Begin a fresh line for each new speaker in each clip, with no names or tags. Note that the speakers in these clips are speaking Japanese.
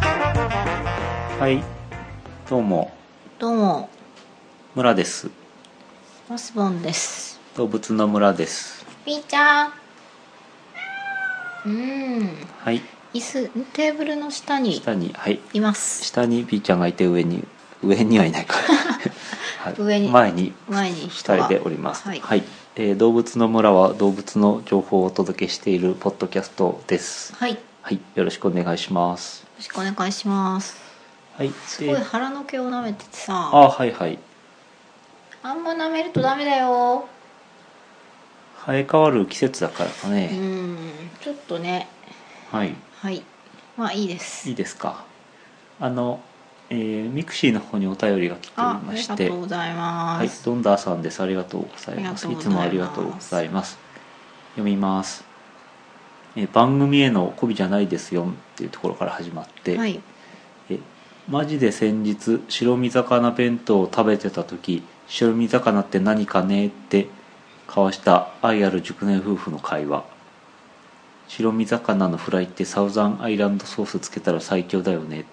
はいどうも
どうも、
村です
モスボンです。
動物の村です
ピーちゃん。うーん、
はい
椅子、テーブルの下に
下にはい
います。
下にピーちゃんがいて上に上にはいない か、はい、
上に
前に
前に人
2人
が
でおります
はい。
えー動物の村は動物の情報をお届けしているポッドキャストです
はい、よ
はいよろしくお願いします
ろしくお願いします。
はい
す
で
ごい腹の毛を舐めててさ、
あはいはい
あんま舐めるとダメだよ。
生え変わる季節だからか
う
ね、
ーん、ちょっとね、
はい
はい、まあいいです。
いいですかあの、えー、ミクシーの方にお便りが来てい
あ、あ
ま
り
し
が
て
とうございま
はい、
す。
ドンダーさんです。ありがとうございます。い
ありがとうございます
つもありがとうございます。読みます。え番組への媚びじゃないですよっていうところから始まって、
はい、
えマジで先日白身魚弁当を食べてた時白身魚って何かねって交わした愛ある熟年夫婦の会話白身魚のフライってサウザンアイランドソースつけたら最強だよね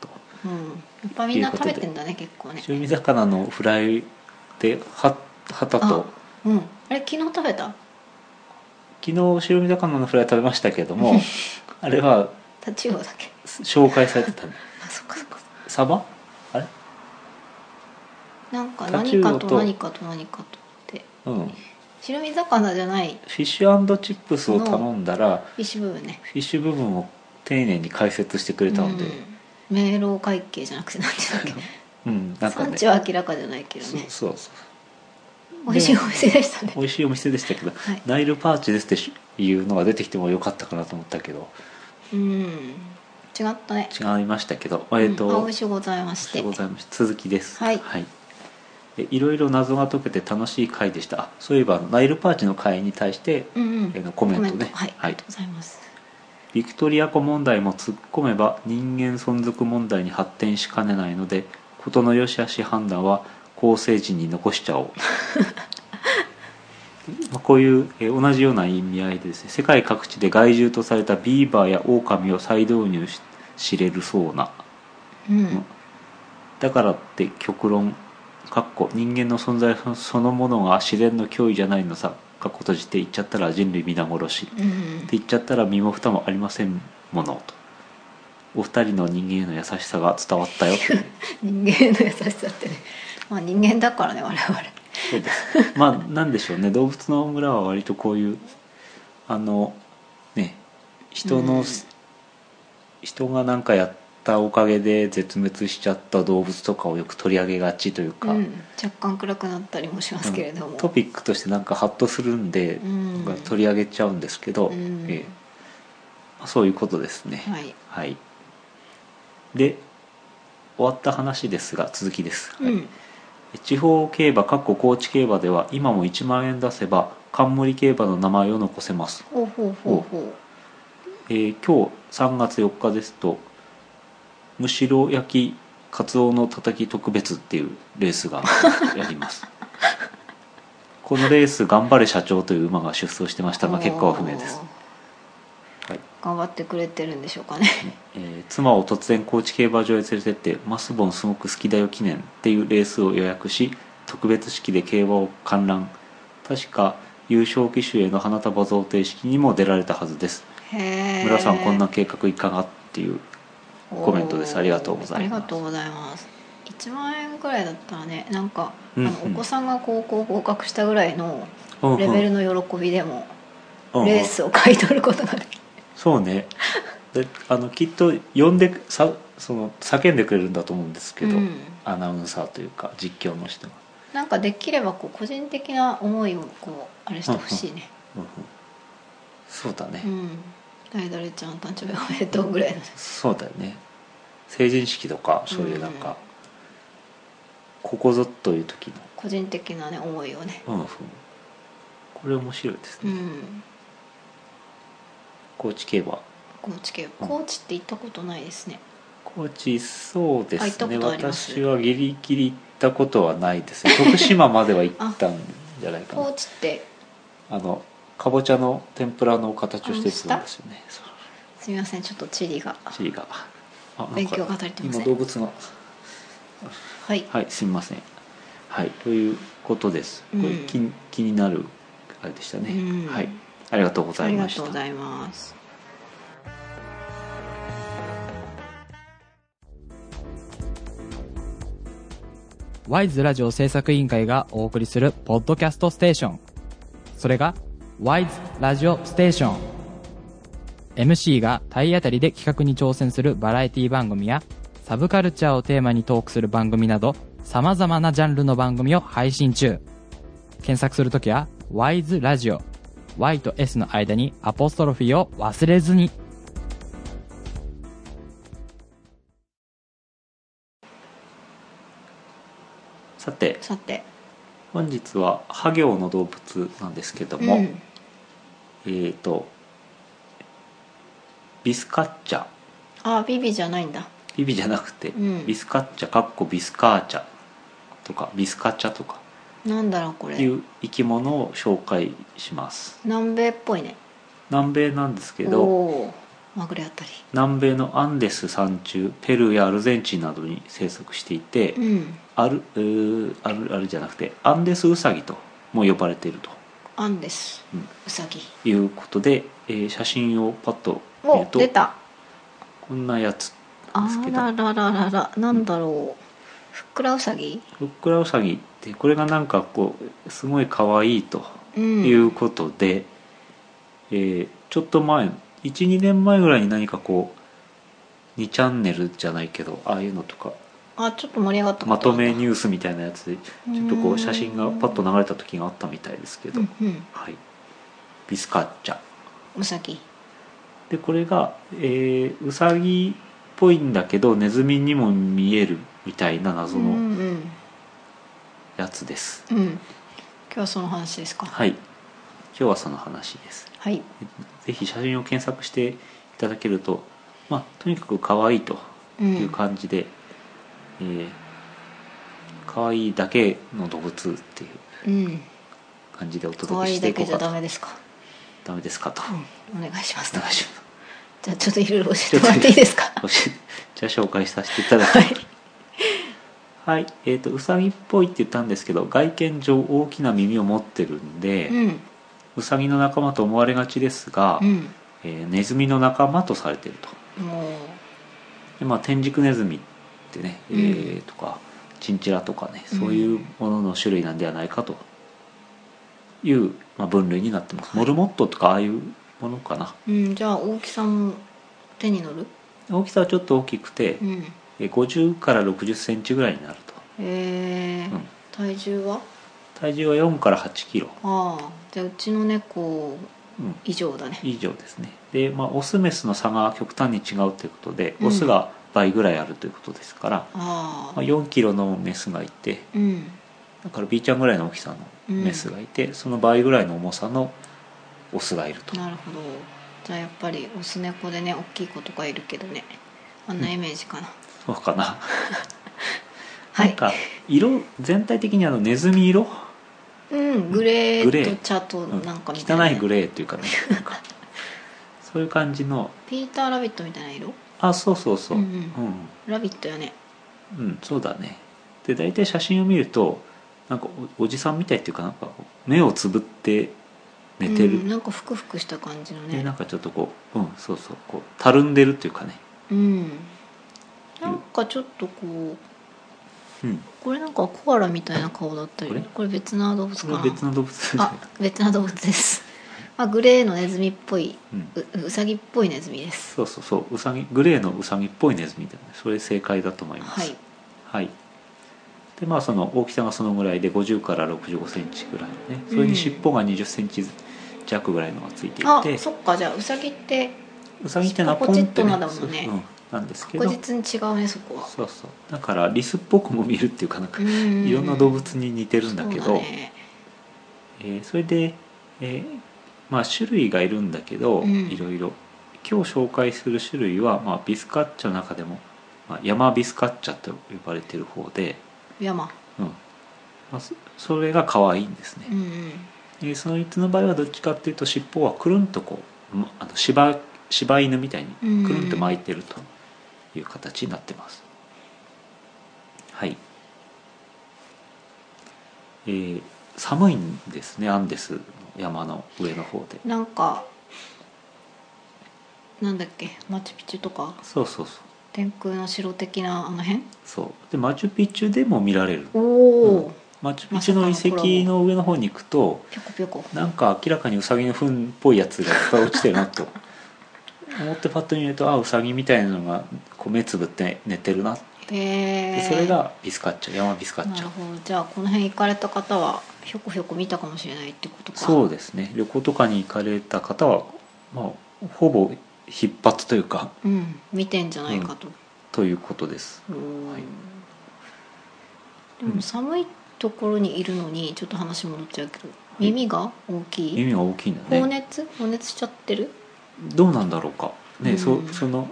と
うん、やっぱみんな食べてんだね、結構ね。
白身魚のフライっては旗と
うん、あれ昨日食べた？
昨日白身魚のフライ食べましたけれど もあれは
タチウオだっけ？
紹介されてたの
あ、そっかそっか。
サバあれ
なんか
タチウ
何
オ
か
と
と何かと何かとって
うんフ
白身魚じゃない
ィッシュチップスを頼んだら
フィッシュ部分ね、
フィッシュ部分を丁寧に解説してくれたので
うん、明朗会計じゃなくてなんていうんだっ
う
け
ん、 なんか
産
ね
地は明らかじゃないけど
そう
ね
そうそう
美味しいお店でしたね
美味しいお店でしたけど、
はい
ナイルパーチですっていうのが出てきてもよかったかなと思ったけど
うん違ったね
違いましたけどえっ、と、
うんあ美味しゅうございまして
ございます続きです
はい
えいろいろ謎が解けて楽しい回でしたあそういえばナイルパーチの回に対して
うんうん
えーのコメントね
はい、
はい
ありがとうございます
ビクトリア湖問題も突っ込めば人間存続問題に発展しかねないので事の良し悪し判断は後世人に残しちゃおうまあこういうえー同じような意味合いでですね世界各地で害獣とされたビーバーやオオカミを再導入し知れるそうな
うん、
だからって極論かっこ人間の存在そそのものが自然の脅威じゃないのさかっこ閉じて言っちゃったら人類皆殺しって
うん、
言っちゃったら身も蓋もありませんものとお二人の人間への優しさが伝わった よ
人間の優しさってねまあ人間だからね我々
そうですまあなんでしょうね動物の村は割とこういうあのね人の、
うん
人が何かやったおかげで絶滅しちゃった動物とかをよく取り上げがちというか、
うん、若干暗くなったりもしますけれども、
トピックとしてなんかハッとするんで、
うん
取り上げちゃうんですけど、
うん
ええまあそういうことですね
はい、
はい、で終わった話ですが続きです、はい
うん
地方競馬かっこ高知競馬では今も1万円出せば冠競馬の名前を残せます、
ほうほうほうほ
えー今日3月4日ですとむしろ焼きカツオのたたき特別っていうレースがやり ますこのレース頑張れ社長という馬が出走してまし
う
たが結果は不明です
お
は
ー、
い
頑張ってくれてるんでしょうかね
えー妻を突然高知競馬場へ連れてって「マスボンすごく好きだよ記念」っていうレースを予約し特別式で競馬を観覧確か優勝騎手への花束贈呈式にも出られたはずです
へえ
村さんこんな計画いかがっていうコメントです
おー
ありがとうございます
ありがとうございます1万円くらいだったらねなんか、
うん
あのお子さんが高校合格したぐらいの
うんうん
レベルの喜びでも
うんうん
レースを買い取ることができる
そうねであのきっと呼んでさその叫んでくれるんだと思うんですけど、
うん
アナウンサーというか実況の人が、
なんかできればこう個人的な思いをこうあれしてほしいね、
うんうんそうだね、
うん誰々ちゃん誕生日おめでとうぐらいの
そうだよね成人式とかそういうなんか、ここぞという時
個人的なね思いをね
の、うんうん、これ面白いです
う
ね、
ん
高知競馬
高知県高知って行ったことないですね
高知そうで
あ行っ
す
た
ね
ことあります
私はギリギリ行ったことはないです ね徳島までは行ったんじゃないか
高
な
知って
あのかぼちゃの天ぷらの形をしてるんですよねそう
すみませんちょっと地理が
地理があなん
勉
か
強が足りてませ
今
ん
動物が
はい
はいすみませんはいということです、
うん
これ気に気になるあれでしたね、
うん
はいありがとうござ
あ
い
りが
まし
と
た
うございます
ワイズラジオ制作委員会がお送りするポッドキャストステーション。それが、ワイズラジオステーション。MC が体当たりで企画に挑戦するバラエティ番組や、サブカルチャーをテーマにトークする番組など、様々なジャンルの番組を配信中。検索するときは、ワイズラジオ。Y と S の間にアポストロフィーを忘れずに。
さて
さて
本日は「ハ行の動物」なんですけど
う
も、
ん
えっ、とビスカッチャ
あビビじゃないんだ
ビビじゃなくて、
うん
ビスカッチャかっこビスカーチャとかビスカチャとか
なんだろうこ
い
れ
う生き物を紹介します
南米っぽいね
南米なんですけ
お
ど
おーまぐれあたり
南米のアンデス山中ペルーやアルゼンチンなどに生息していて、
うん
アルうーアルアルじゃなくてアンデスウサギとも呼ばれていると
アンデス
うん
ウサギ
いうことで、えー写真をパッと見
お
ると
出た
こんなやつなんです
あ
けど
らららららなんだろうふっくらウサギ
ふっくらウサギってこれがなんかこうすごい可愛いと
うん
いうことで、えーちょっと前12年前ぐらいに何かこう2チャンネルじゃないけどああいうのとか
あちょっと盛り上がった
まとめ
に
ニュースみたいなやつでちょっとこう写真がパッと流れた時があったみたいですけど、
うんうん
はいビスカッチャ
ウサギ
でこれが、えー、ウサギっぽいんだけどネズミにも見えるみたいな謎
う
の
んうん
やつです、
うん今日はその話ですか
はい今日はその話です
はい
ぜひ写真を検索していただけるとまあとにかく可愛いと
う
いうん感じで、えー可愛いだけの動物っていう
うん
感じでお
可
届け
愛
して
いだ
いこ
け
う
じゃ
かと
ダメですか
ダメですかと、
お願いします
お願いし
じゃあちょっといろいろ教えてもらっていいですか
ます じゃあ紹介させていただきます
はい
はい、えー、とうさぎっぽいって言ったんですけど外見上大きな耳を持ってるんで、
うん
うさぎの仲間と思われがちですが、
う
えーネズミの仲間とされてると
んも
で、まあ、天竺ネズミってね、えー
う
とかチンチラとかねそういうものの種類なんではないかという、まあ、分類になってますモルモットとかああいうものかな
ううんじゃあ大きさも手に乗る
大きさはちょっと大きくて
う、ん
えー50から6 0センチぐらいになると
えー
うん
体重は
体重は4から8キロ、
ああじゃあうちの猫
うん、
以上だね
以上ですねで、まあ、オスメスの差が極端に違うということで
うん
オスが倍ぐらいあるということですから、
あ
ま
あ
あ、4キロのメスがいて
うん
だから B ちゃんぐらいの大きさのメスがいて、その倍ぐらいの重さのオスがいると
なるほどじゃあやっぱりオス猫でね大きい子とかいるけどねあんなイメージかな、
そうかな
は
なん
い
か色全体的にあのネズミ色
うんグレー
グレ
と
ー
茶となんかみたいな、
汚いグ
レー
レーというかねなんかそういう感じの
ピーターラビットみたいな色
あそうそうそう
う
うんん、
ラビットやね
うんそうだねで大体写真を見るとなんかおおじさんみたいっていうかなんかこう目をつぶって寝てる
うん、なんかふくふくした感じの
でな
ね
んかちょっとこううんそうそうこうたるんでるっていうかね、
うんなんかちょっとこう
うん、
これなんかコアラみたいな顔だったり
これ
これ別な動物
そ
か
れは
な
別の動物
あ別な動物です、まあ、グレーのネズミっぽい
うん、
ううさぎっぽいネズミです
そうそうそううさぎグレーのうさぎっぽいネズミだねそれ正解だと思います
はい、
はいでまあその大きさがそのぐらいで50から6 5センチぐらいのねそれに尻尾が2 0センチ弱ぐらいのがついてい
あ
て、
そっかじゃあウサギって
うさぎってなポ
ポコ
ン
チ
っ
ッ
て
と
ね
なだもんね
そううんなんですけど
確実に違うねそこは
そうそうだからリスっぽくも見えるっていうかなんかい
い
ろんな動物に似てるんだけど、
ね、
えーそれで、えーまあ、種類がいるんだけど、
うん
いろいろ今日紹介する種類は、まあ、ビスカッチャの中でも、まあ、山ビスカッチャと呼ばれてる方で、
山
うんまあ、そそれが可愛いんですね
う、んうん
えーそのいつの場合はどっちかっていうと尻尾はくるんとこうまあの柴柴犬みたいにくるんと巻いてるという形になってます、はいえー寒いんですねアンデスの山の上の方で
なんかなんだっけマチュピチュとか
そうそうそう
天空の城的なあの辺
そうでマチュピチュでも見られる
おお、
マチュピチュの遺跡の上の方に行くと
ぴょこぴょこ
なんか明らかにウサギの糞っぽいやつがいっぱい落ちてるなと 思ってパッと見るとあウサギみたいなのがこう目つぶって寝てるな
へ
で
え
それがビスカッチャ山ビスカッ
な
チ
る
ャ
ほどじゃあこの辺行かれた方はひょこひょこ見たかもしれないってことか
そうですね旅行とかに行かれた方は、まあ、ほぼ必発というか
うん見てんじゃないかと、
ということです
うーん
はい
でも寒いところにいるのにちょっと話戻っちゃうけど耳が大きい
耳が大きいんだ
放
ね
熱放熱しちゃってる
どうなんだろうかね、
うん
そその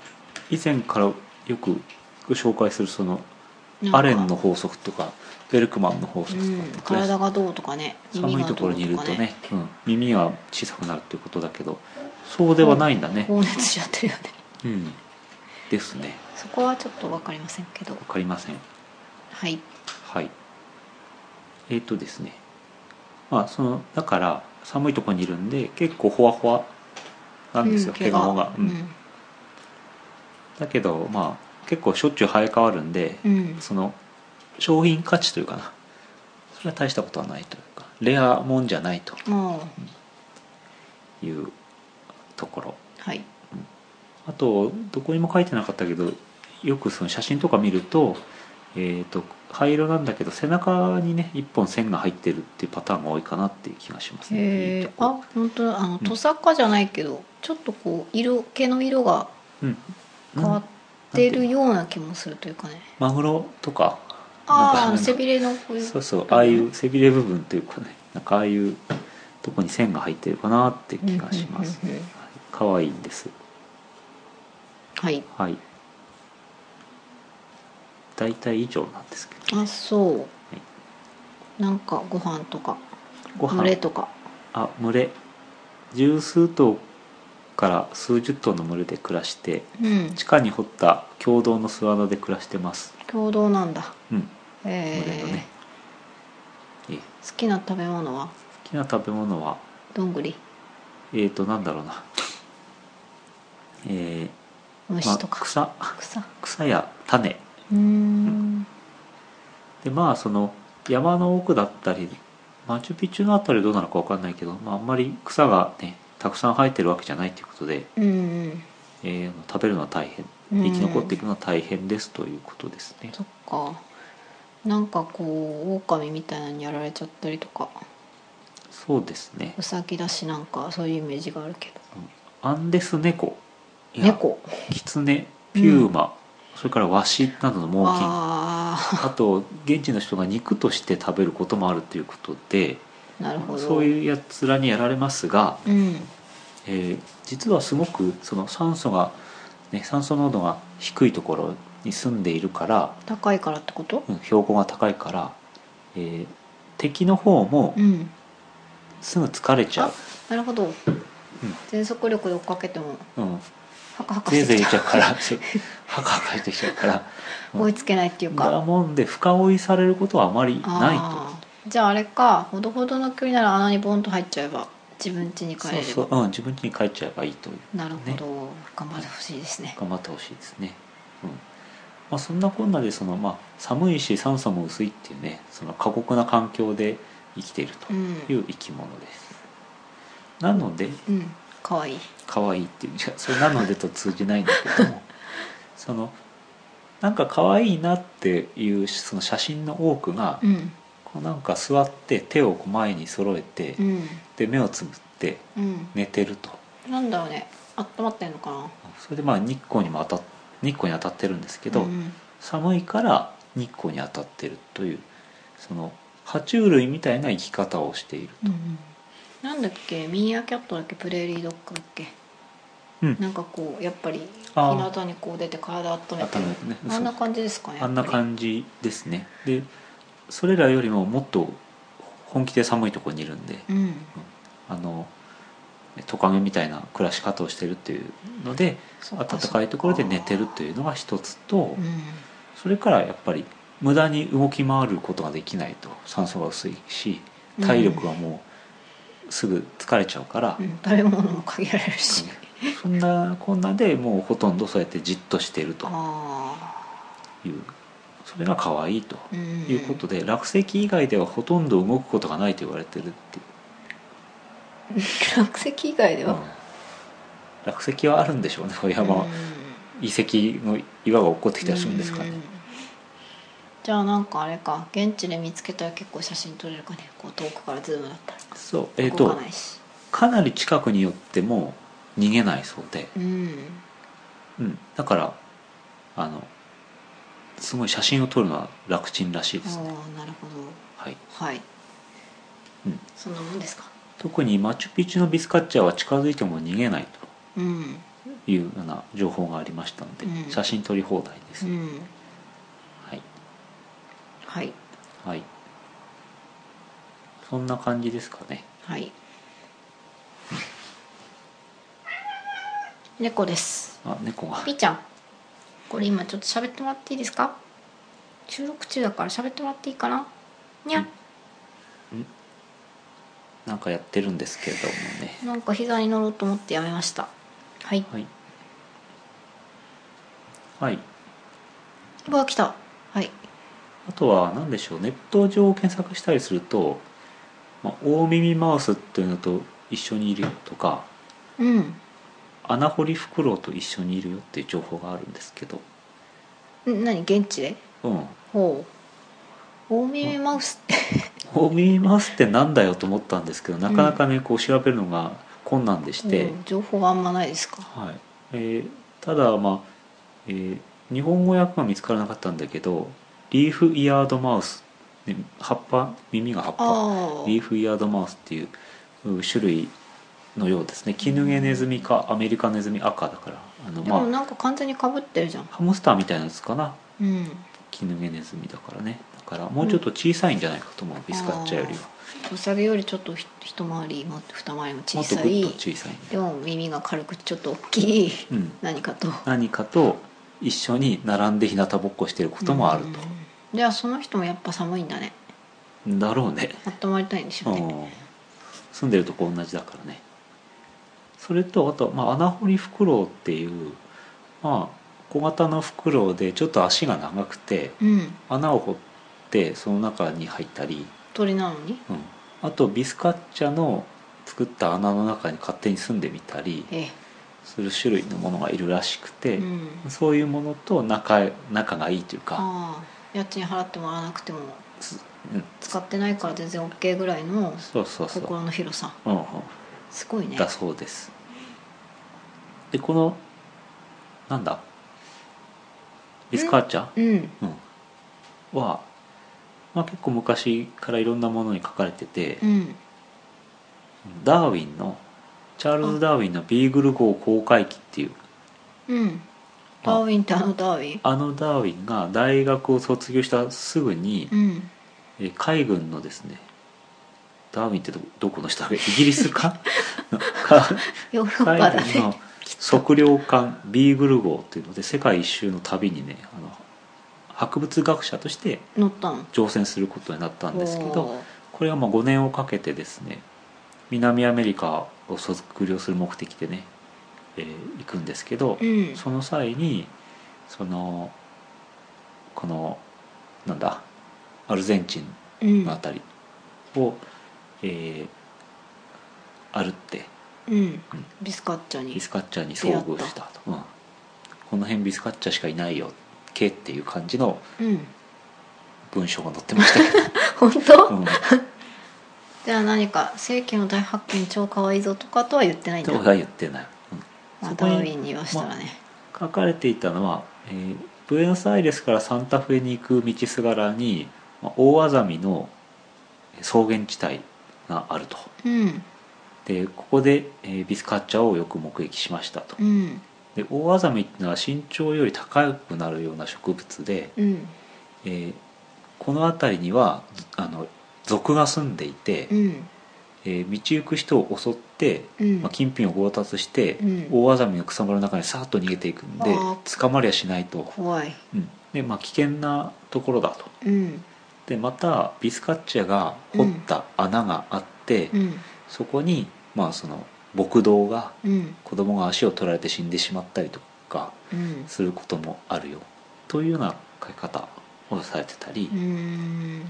以前からよく紹介するその
なんか
アレンの法則とかベルクマンの法
う
則とか
ん、体がどうとかね耳
寒い
が
と
どうと
こ
か
ろにいると
ね
ね、うん、耳が小さくなるっていうことだけどそうではないんだね、
放熱しちゃってるよね
うん、ですね
そこはちょっと分かりませんけど
わかりません
はい
はいえっ、とですねまあそのだから寒いところにいるんで結構ほわほわなんですよ、
うん
毛皮が、
う
うん
ん
だけどまあ結構しょっちゅう生え変わるんで、
うん
その商品価値というかなそれは大したことはないというかレアもんじゃないと
もう
いうところ
はい
あとどこにも書いてなかったけどよくその写真とか見ると,、えー、と灰色なんだけど背中にね一本線が入ってるっていうパターンが多いかなっていう気がしますね。いい
へ
と
え
こ
あ本当だあのトサカじゃないけど、ちょっとこう色毛の色が
うん、
変わってるような気もするというかね
マグロとかなんか
あ
あ
あ
の
背びれのこういう
そうそうああいう背びれ部分というかねなんかああいうとこに線が入ってるかなって気がします
うんうんうんうん
可愛、い、いんです
はい
はい大体以上なんですけど
あそうなんかご飯とか
ご飯
群れとか
あ群れ十数頭から数十頭の群れで暮らして
うん
地下に掘った共同の巣穴で暮らしてます
共同なんだ
うん群
え
れの
ー
ね、ええ好
好きな食べ物は
きな食べ物は
どんぐり
えー、となんだろうなえーま
虫
あ、
とか、
草
草う
草や種
ーん
でまあその山の奥だったりマチュピチュのあたりはどうなのかわかんないけど、まあ、あんまり草がねたくさん生えてるわけじゃないということで、
うんうん
えー食べるのは大変
うん
生き残っていくのは大変ですということですね、
そっかなんかこう狼みたいなのにやられちゃったりとか
そうですね
ウサギだしなんかそういうイメージがあるけど
アンデス猫や
猫
キツネピューマ、それからワシなどの猛禽
あ
あと現地の人が肉として食べることもあるということで
あなるほど
そう
う、
いうやつらにやられますが、
うん、
えー実はすごくその酸素が、ね、酸素濃度が低いところに住んでいるから、
高いからってこと
うん標高が高いから、えー敵の方も
うん
すぐ疲れちゃう
あ、なるほど、全速力で追っかけても
うん、
ハカハカ
ぜい
して
ぜい
き
言っち
た
ゃうから そうハカハカしてきちゃうから。
追いつけないっていう
だ
か
もんで深追いされることはあまりな
あーじゃああれかほどほどの距離なら穴にボンと入っちゃえば自分家に
い
帰
と
れれば
そうそう、うん、自分家に帰っちゃえばいいという
なるほど、頑張ってほしいですね
頑張ってほしいですね、うんまあ、そんなこんなでその、まあ、寒いし酸素も薄いっていうねその過酷な環境で生きている
う
と
ん
いう生き物です、なので
うんかわいい
可愛いっていういやそれなのでと通じないんだけど もそのなんか可愛いなっていうその写真の多くが、
うん
こうなんか座って手をこう前に揃えて、
うん
で目をつぶって
うん
寝てると
なんだろうねあったまってんのかな
それでまあ日光にも当たっ日光に当たってるんですけど、
うん
寒いから日光に当たってるというその爬虫類みたいな生き方をしている
うんうんなんだっけミーアキャットだっけプレーリードッグだっけ、
うん
なんかこうやっぱり日
あー
向にこう出て体温めて
頭ね
あんな感じですかね
あんな
じ
感じですねでそれらよりももっと本気で寒いところにいるんで、
うん
あのトカゲみたいな暮らし方をしてるっていうので
そっ
暖
そっ
かいところで寝てるというのが一つと
うん
それからやっぱり無駄に動き回ることができないと酸素が薄いし体力はもうすぐ疲れちゃうから、
うん、食べ物も限られるし
そんなこんなでもうほとんどそうやってじっとしてると
あ
いうそれが可愛いと
あうん
いうことで、落石以外ではほとんど動くことがないと言われてるっていう
落石以外で
うん
は、
落石はあるんでしょうねこれ
う
山は
ん
遺跡の岩が落っこってきたりするんですかね、
うんじゃあなんかあれか現地で見つけたら結構写真撮れるかねこう遠くからズームだったら
そうえっ、
動か
と
ないし、
かなり近くに寄っても逃げないそうで、
うん
うん、だからあのすごい写真を撮るのは楽ちんらしい
あ
ですね、
あなるほど
はい、
はい、
うん
そんなもんですか
特にマチュピチュのビスカッチャーは近づいても逃げない
うん
というような情報がありましたので、
うん
写真撮り放題です、
うん
はい、
はい
はい、そんな感じですかね
はい猫です
あ猫が
ピーちゃんこれ今ちょっと喋ってもらっていいですか収録中だから喋ってもらっていいかなにゃ
なんかやってるんですけれどもね
なんか膝に乗ろうと思ってやめましたはい
はいはい
わあ来たはい
あとは何でしょうネット上を検索したりすると、まあ、大耳マウスというのと一緒にいるよとか
うん
穴掘りフクロウと一緒にいるよっていう情報があるんですけど
ん何現地で
うん
ほう大耳マウスって
大耳マウスってなんだよと思ったんですけどなかなかねこう調べるのが困難でして、
うん情報があんまないですか
はいえーただまあ、えー日本語訳が見つからなかったんだけどリーフイヤードマウス、ね、葉っぱ耳が葉っぱ
ああ
リーフイヤードマウスっていうう種類のようですね絹毛ネズミかアメリカネズミ赤だからあの
でも
まあ
なんか完全にかぶってるじゃん
ハムスターみたいなやつかな
うん
絹毛ネズミだからねだからもうちょっと小さいんじゃないかと思う、ビスカッチャよりは
ウサギよりちょっとひ一回りも二回りも
も
小
っと
さ
ぐっ
い
と小さい、
でも耳が軽くちょっと大き い
うん、
何かと
何かと一緒に並んで日向ぼっこしてることもあると、
とじゃあその人もやっぱ寒いんだね
だろうね
温まりたいんでし
う
ょうんね
住んでるとこ同じだからねそれとあと、まあ、穴掘りフクロウっていう、まあ、小型のフクロウでちょっと足が長くて
うん
穴を掘ってその中に入ったり、
鳥なのに
うん、あとビスカッチャの作った穴の中に勝手に住んでみたり
え
する種類のものがいるらしくて、
えうん
そういうものと仲仲がいいというか、
ああ家賃払ってもらわなくても
うん、
使ってないから全然 OK ぐらいの
そうそうそう、
心の広さ
うんうん、
すごいね
だそうですでこのなんだビスカーチャ、
うん
うん、は、まあ、結構昔からいろんなものに書かれてて、
うん
ダーウィンのチャールズ・ダーウィンの「ビーグル号公開記」っていう
うんダーウィンってあのダーウィン
あのダーウィンが大学を卒業したすぐに、
うん
えー海軍のですねダーウィンってどどこの下イギリス かか
ヨーロッパだ
海軍
ね
の 測量艦ビーグル号というので世界一周の旅にねあの博物学者として
乗ったの
乗船することになったんですけど
おー
これはまあ5年をかけてですね南アメリカを測量する目的でね、えー行くんですけど
うん
その際にそのこのなんだアルゼンチン
うん
のあたりを、えー歩って
うんビスカッチャ
ビ
に
スカッチャーに遭遇したと、うんこの辺ビスカッチャーしかいないよけっていう感じの
うん
文章が載ってましたけ
本当、
ど、うん、
じゃあ何か「世紀の大発見超かわいいぞ」とかとは言ってないんだ
とは言ってない、うん
あ
そこ
ダ
に
ーウィンに言わしたらね、
書かれていたのは、えーブエノスアイレスからサンタフェに行く道すがらに、まあ大アザミの草原地帯があると
うん
でここで、えービスカッチャーをよく目撃しましたと
うん
で大アザミっていうのは身長より高くなるような植物で、
うん
えーこの辺りにはあの族が住んでいて、
うん
えー道行く人を襲って、
うん
まあ、金品を強奪して、
うん
大アザミの草むらの中にさーっと逃げていくんで
あー
捕まりゃしないと、
怖い
うんでまあ、危険なところだと
うん
でまたビスカッチャが掘った穴があって、
うん
そこに、まあ、その牧道が
うん
子供が足を取られて死んでしまったりとか
うん
することもあるよというような書き方をされてたり、
うーん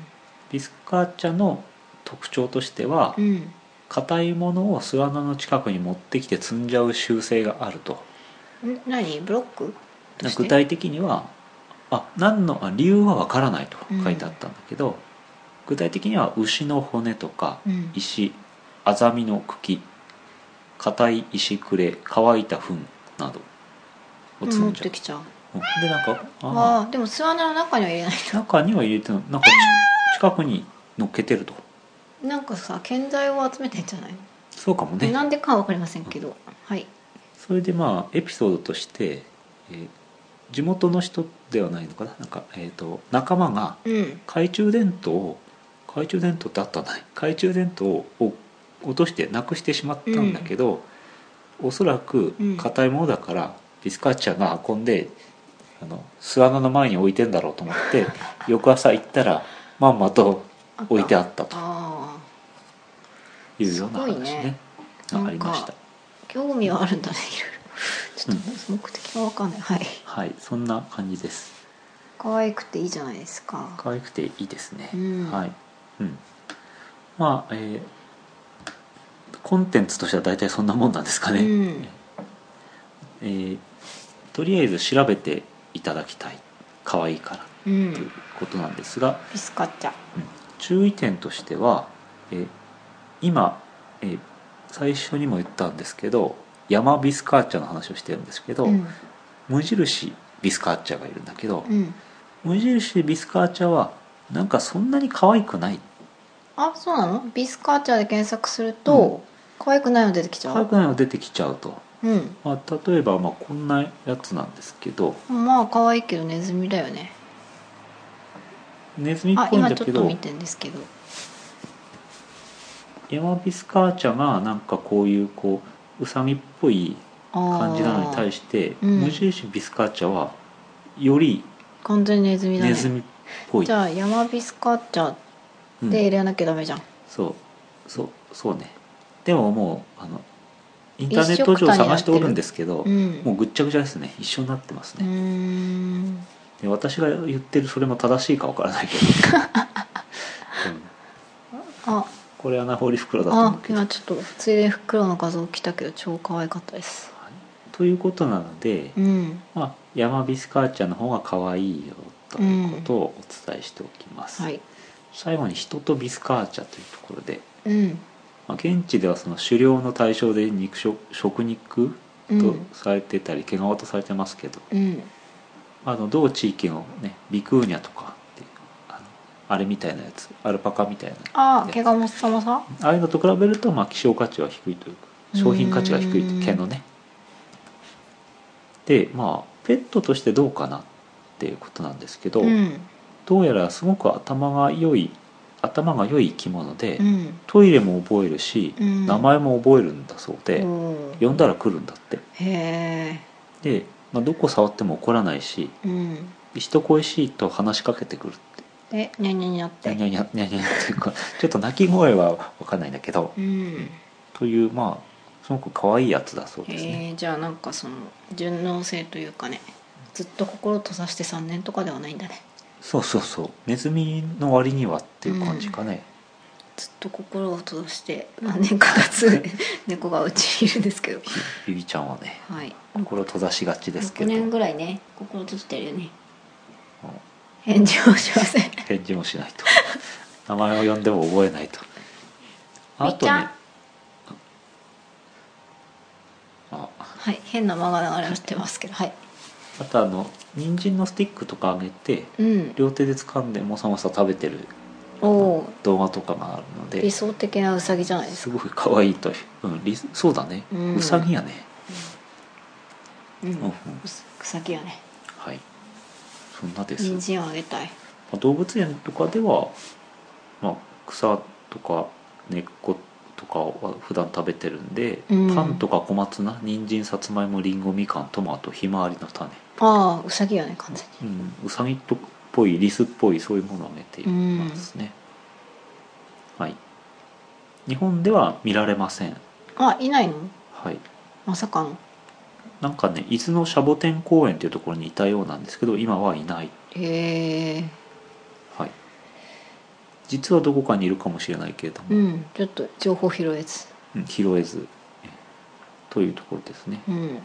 ビスカッチャの特徴としては
うん
硬いものを巣穴の近くに持ってきて積んじゃう習性があると
ん何ブロックとして
具体的にはあ何のあ理由はわからないと書いてあったんだけど、具体的には牛の骨とか
うん
石アザミの茎硬い石くれ乾いた糞などを積
持
ん
っ
じゃ
て
う
きちゃう
うんでなんかあ
ああでも巣穴の中には入れない
ー中には入れてないなんかち近くに乗っけてると
なんかさ建材を集めてんじゃない
そうかもね
なんでかは分かりませんけどはい
それでまあエピソードとして、えー地元の人ではないのかななんか、えー、と仲間が
うん
懐中電灯を懐中電灯ってあったんだね懐中電灯を落としてなくしてしまったんだけど、おそらく
うん
硬いものだからビスカッチャーが運んであの巣穴の前に置いてんだろうと思って 翌朝行ったらまんまと置いてあっ
っ
たと
あ
いうような話
すごい
ね
ね
がありまし
なん
た
か。あ興味はあるんだねいろいろちょっと目的は分かんないはい
はい、そんな感じです。
可愛くていいじゃないですか
可愛くていいですね、
うん
はい、うん、まあえーコンテンツとしては大体そんなもんなんですか
う
ね、
ん
えーとりあえず調べていただきたい可愛いから
う
というんことなんですが、
ビスカッチャ
注意点としては、えー今、えー最初にも言ったんですけど山ビスカーチャの話をしてるんですけど、
うん
無印ビスカーチャがいるんだけど、
うん
無印ビスカーチャはなんかそんなに可愛くない
あそうなのビスカッチャで検索すると可愛くないの出てきちゃ
可愛
う
くないの出てきちゃうと、
うん
まあ、例えばまあこんなやつなんですけど
まあ可愛いけどネズミだよね
ネズミっ
あ
ぽいん
今
だ
ちょ
け
っと
ど
見てんですけど
ヤマビスカーチャがなんかこういうこうウサギっぽい感
感
じなのに対して、
うん
無印ビスカーチャはより
完全にネズミだね
ネズミっぽい、
じゃあ山ビスカッチャ
うん
で入れなきゃダメじゃん、
そうそうそうねでももうあのインターネット上探しておるんですけど、
うん、うん
もうぐっちゃぐちゃですね一緒になってます
うー
ね、
ん
で私が言ってるそれも正しいかわからないけ ど、うん
あ
これ穴掘り袋だと思
あ
うけど
今ちょっとついでに袋の画像来たけど超可愛かったです
はいということなので、
うん
まあ、山ビスカーチャーの方が可愛いよということをお伝えしておきます、
はい
最後に人とビスカーチャーというところで、
うん
まあ、現地ではその狩猟の対象で肉食食肉
う
と
ん
されてたり毛皮とされてますけど、
うん
あの同地域のねビクーニャとかってあのあれみたいなやつアルパカみたいな
あ毛がもっさもさ
ああいうのと比べるとまあ希少価値は低いというか商品価値が低いという毛のねでまあペットとしてどうかなっていうことなんですけど、
うん
どうやらすごく頭が良い頭が良い生き物で、
うん
トイレも覚えるし、
うん
名前も覚えるんだそうで、
おー
呼んだら来るんだって
へ
で、まあ、どこ触っても怒らないし
えうん
人恋しいと話しかけてくるって
でにゃにゃにゃっ
ニャ
て
ニャニャニャニャニャっていうかちょっと鳴き声は分かんないんだけど
うん
というまあすごく可愛いやつだそうですね、
へえじゃあなんかその順応性というかねずっと心閉ざして3年とかではないんだね
そうそうそうネズミの割にはっていう感じかね、
ずっと心を閉ざして何年か月 猫がうちにいるんですけど
ビビちゃんはね
はい
心閉ざしがちですけ
6
ど
年ぐらいね心閉じてるよね返事をしません
返事もしないと 名前を呼んでも覚えないとあ
みっち
と
ゃん
ねあ
はい変な間が流れてますけどはい
あとあの人参のスティックとかあげて
うん
両手で掴んでもさもさ食べてる
おお
動画とかがあるの
ー
で
理想的なウサギじゃないです
す
か
ごく可愛いという、うん、理そうだね、
う
うんさぎやね、
うん、
うんうん、
ウサギやね
はいそんなです、
人参をあげたい
まあ動物園とかでは、まあ、草とか根っことかは普段食べてるんで、
うん
パンとか小松菜人参さつまいもりんごみかんトマトひまわりの種、
ああウサギやね完全
うん、うさぎっぽいリスっぽいそういうものをあげていますね、はい日本では見られません
にあいないの
はい
まさかの
なんかね伊豆のシャボテン公園というところにいたようなんですけど今はいない
へえ
はい実はどこかにいるかもしれないけれども、
うんちょっと情報拾えず
うん拾えずえというところですね、
うん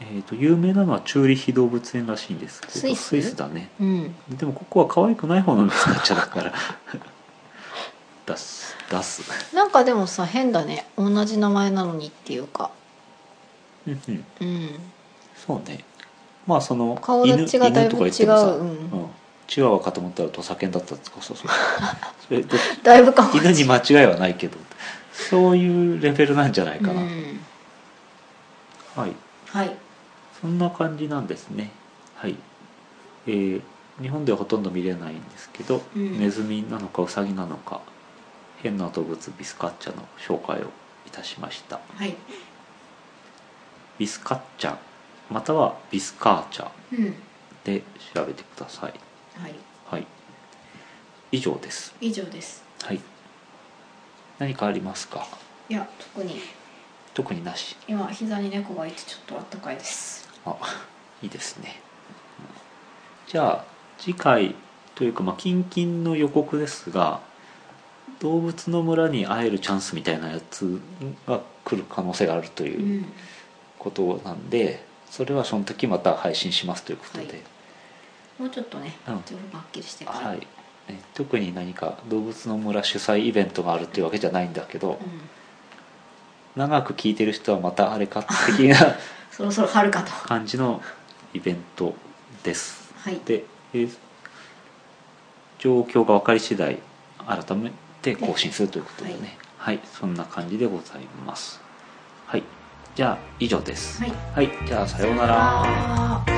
えー、と有名なのはチューリヒ動物園らしいんですけど
スイス
だね
うん
でもここは可愛くない方のミスカッチャだから 出す出す
なんかでもさ変だね同じ名前なのにっていうか
うんうん
うん
そうねまあその
顔立ちがだいぶ違ううん
うんチワワかと思ったら土佐犬だったとかそう そうそれど
だいぶかわい
犬に間違いはないけどそういうレベルなんじゃないかな、
うん、
はい
はい
そんな感じなんですねはいえー日本ではほとんど見れないんですけど、
うん
ネズミなのかウサギなのか変な動物ビスカッチャの紹介をいたしました
はい
ビスカッチャまたはビスカーチャ
うん
で調べてください
はい
はい以上です
以上です
はい何かありますか
いや特に
特になし
今膝に猫がいてちょっとあったかいです
あいいですねじゃあ次回というかまあ近々の予告ですが動物の村に会えるチャンスみたいなやつが来る可能性があると
う
いうんことなんで、それはその時また配信しますということで、
もうちょっとね
うん
情報がはっきりしてから
はいえ特に何か動物の村主催イベントがあるっていうわけじゃないんだけど、
うん
長く聞いてる人はまたあれか的な
そろそろ春かと
感じのイベントです。
はい
で、えー状況が分かり次第改めて更新するということでねはい、そんな感じでございますはいじゃあ以上です
はい
はい、じゃあさようなら
さようなら